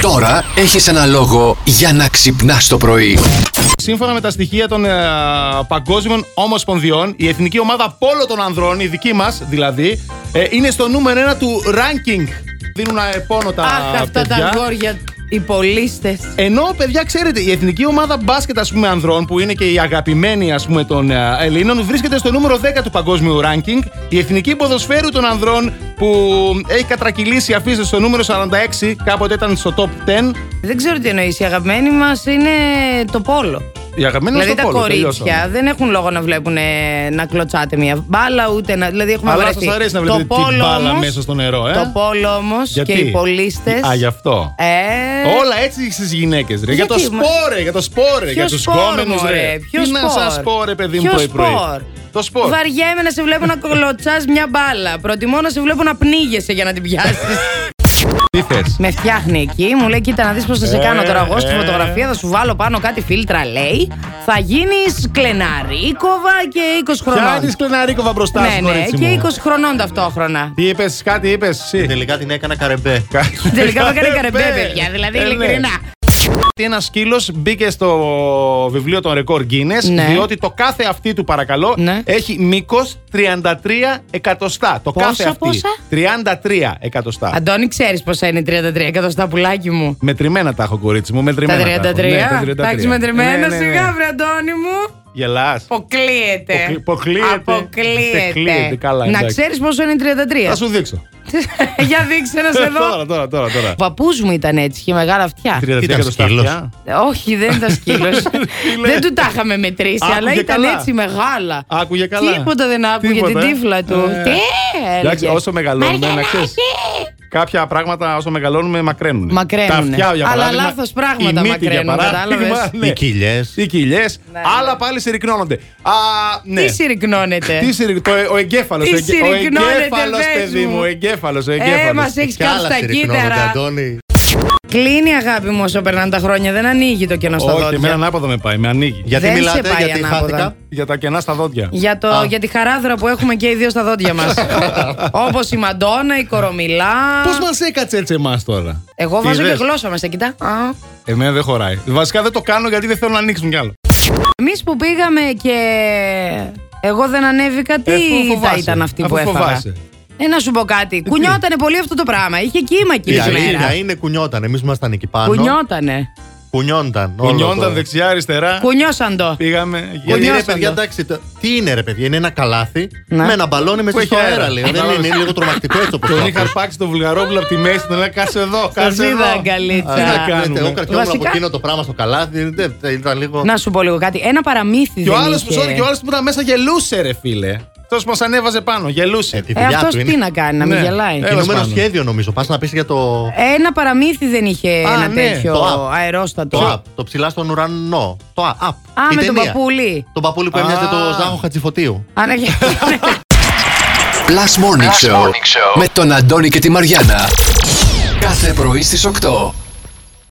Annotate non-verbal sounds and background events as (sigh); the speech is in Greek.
Τώρα έχεις ένα λόγο για να ξυπνάς το πρωί. Σύμφωνα με τα στοιχεία των ε, παγκόσμιων ομοσπονδιών, η εθνική ομάδα πόλο των ανδρών, η δική μας δηλαδή, ε, είναι στο νούμερο ένα του ranking. Δίνουν αεπόνο τα Αχ, αυτά τα παιδιά. αγόρια, οι πολίστες. Ενώ, παιδιά, ξέρετε, η εθνική ομάδα μπάσκετ ας πούμε, ανδρών, που είναι και η αγαπημένη ας πούμε, των ε, Ελλήνων, βρίσκεται στο νούμερο 10 του παγκόσμιου ranking. Η εθνική ποδοσφαίρου των ανδρών, που έχει κατρακυλήσει, αφήστε στο νούμερο 46, κάποτε ήταν στο top 10. Δεν ξέρω τι εννοείς. Η αγαπημένη μας είναι το πόλο. Η αγαπημένη δηλαδή στο τα πόλο, κορίτσια τελειώσαμε. δεν έχουν λόγο να βλέπουν ε, να κλωτσάτε μια μπάλα ούτε να. Δηλαδή έχουμε Αλλά βαρεθεί. σας αρέσει να βλέπετε Το την πόλο μπάλα όμως- μέσα στο νερό, ε? Το πόλο όμως και οι πολίστες. Α, γι' αυτό. Ε, Όλα έτσι στις γυναίκες, ρε. Για το Γιατί, μα- σπόρε, για το σπόρε, για Ποιο τους σπορ, γκόμενους, ρε. μωρέ, Ποιο Τι να σπορ? σας σπόρε, παιδί μου, Ποιο πρωί-πρωί. σπορ? Το σπορ. Βαριέμαι να σε βλέπω να κλωτσάς μια μπάλα. Προτιμώ να σε βλέπω να πνίγεσαι για να την πιάσεις. Τι θες. με φτιάχνει εκεί, μου λέει: Κοίτα να δεις πώς θα σε Ε, κάνω τώρα εγώ στη ε. φωτογραφία. Θα σου βάλω πάνω κάτι φίλτρα, λέει. Θα γίνεις κλεναρίκοβα και 20 Κάνει χρονών. κλεναρίκοβα μπροστά σου, Ναι, ναι, κορίτσι και μου. 20 χρονών ταυτόχρονα. Τι είπες, κάτι είπες, εσύ. Τελικά την έκανα καρεμπέ. (laughs) Τελικά με κάνει καρεμπέ, Καρεμπέ. παιδιά. Δηλαδή, Ε, ναι. ειλικρινά. Ότι ένας σκύλος μπήκε στο βιβλίο των ρεκόρ Guinness, Ναι. διότι το κάθε αυτή του, παρακαλώ, Ναι. έχει μήκος 33 εκατοστά. Το Πόσα, κάθε αυτή. πόσα? 33 εκατοστά. Αντώνη, ξέρεις πόσα είναι 33 εκατοστά πουλάκι μου. Μετρημένα τα έχω, κορίτσι μου. Τα Μετρημένα. έχω. 33. Ναι, τα 33. Εντάξει, μετρημένα, Ναι, ναι, ναι. σιγά, βρε Αντώνη μου. Γελάς. Αποκλείεται. Αποκλεί- αποκλείεται. Αποκλείεται. Αποκλείεται, καλά, να εντάξει. ξέρεις πόσο είναι 33. Θα σου δείξω. (laughs) Για δείξε να σε δω. (laughs) τώρα, τώρα, τώρα. τώρα. Ο παππούς μου ήταν έτσι, είχε μεγάλα αυτιά. 33 Ήταν σκύλος. εκατοστά. Όχι, δεν ήταν σκύλος. (laughs) δεν του τα είχαμε μετρήσει, Άκουγε αλλά ήταν καλά. έτσι μεγάλα. Άκουγε καλά. Τίποτα δεν άκουγε Τίποτα, την ε. τύφλα του. Ε. Τι Εντάξει, έλεγε. όσο μεγαλώνουμε, να ξέρει. Κάποια πράγματα όσο μεγαλώνουμε μακραίνουν. Μακραίνουνε. Τα αυτιά, για Αλλά παράδειγμα, λάθος πράγματα η μύτη, για μακραίνουν, παράδειγμα, κατάλαβες. (laughs) Ναι, ναι. Οι κοιλιές. Οι κοιλιές, άλλα πάλι συρρυκνώνονται. Α, ναι. Τι συρρυκνώνεται. Τι συρρυκ- το- ε- Ο εγκέφαλος. Ε. Τι Ο συρρυκνώνεται, εγκέφαλος, πες παιδί μου. μου. Ο εγκέφαλος. Ο Ε, εγκέφαλος. μας έχεις κάψει τα κύτταρα. Αντώνη. Κλείνει αγάπη μου όσο περνάνε τα χρόνια. Δεν ανοίγει το κενό στα Όχι, εμένα δόντια. ανάποδα με πάει, με ανοίγει. Για, Γιατί Δεν σε μιλάτε, πάει γιατί ανάποδα. χάθηκα. για τα κενά στα δόντια. Για, το, για τη χαράδρα που έχουμε και οι δύο στα (laughs) δόντια μας. Όπως η Μαντόνα, η Κορομιλά. Πώς μας έκατσε έτσι εμάς τώρα. Εγώ Τι βάζω και είδες? γλώσσα μέσα, κοιτά. Εμένα δεν χωράει. Βασικά δεν το κάνω γιατί δεν θέλω να ανοίξουν κι άλλο. Εμείς που πήγαμε και. Εγώ δεν ανέβηκα, τι Ε, αφού θα φοβάσαι. ήταν αυτή Αφού που έφαγα. φοβάσαι. Ε, να σου πω κάτι. Κουνιότανε πολύ αυτό το πράγμα. Είχε κύμα Η εκείνη τη αλήθεια μέρα. είναι κουνιόταν. Εμείς ήμασταν εκεί πάνω. Κουνιότανε. Κουνιόνταν. όλο Κουνιόνταν το- δεξιά-αριστερά. Κουνιώσαν το. Ε, Πήγαμε. Γιατί ρε Κουνιώσαν παιδιά, το. εντάξει, το- τι είναι ρε παιδιά, είναι ένα καλάθι Να. με ένα μπαλόνι Που μέσα έχει στο αέρα. αέρα. λέει. Δεν Κατάλαβες. είναι, είναι λίγο τρομακτικό έτσι όπως το Τον άκουσα. είχα αρπάξει τον Βουλγαρόπουλο από τη μέση. Τον έλεγα Κάτσε εδώ, κάτσε είδα, εδώ. αγκαλίτσα. Τι να Α, κάνουμε. Εγώ κρατιόμουν από Βασικά- εκείνο το πράγμα στο καλάθι. δεν- δεν- Ήταν λίγο. Να σου πω λίγο κάτι. Ένα παραμύθι Και ο δεν άλλος που είχε. sorry, και ο άλλος που ήταν μέσα γελούσε, ρε φίλε. Αυτός που μας ανέβαζε πάνω, γελούσε. Ε, τη Ε, δουλειά αυτός του τι είναι. να κάνει, να μην Ναι. γελάει. Ε, Κινούμενο πάνω. σχέδιο νομίζω. Πας να πεις για το. Ένα παραμύθι δεν είχε Α, ένα ναι, τέτοιο το app. αερόστατο. Το απ, το ψηλά στον ουρανό. Το απ. Α, ε, Α, η με τον ταινία. παππούλι. Τον παππούλι που Α. έμοιαζε το Ζάχο Χατζηφωτίου. (laughs) Α, ναι. (laughs) Plus Morning, Show, με τον Αντώνη και τη Μαριάνα. Κάθε πρωί στις 8.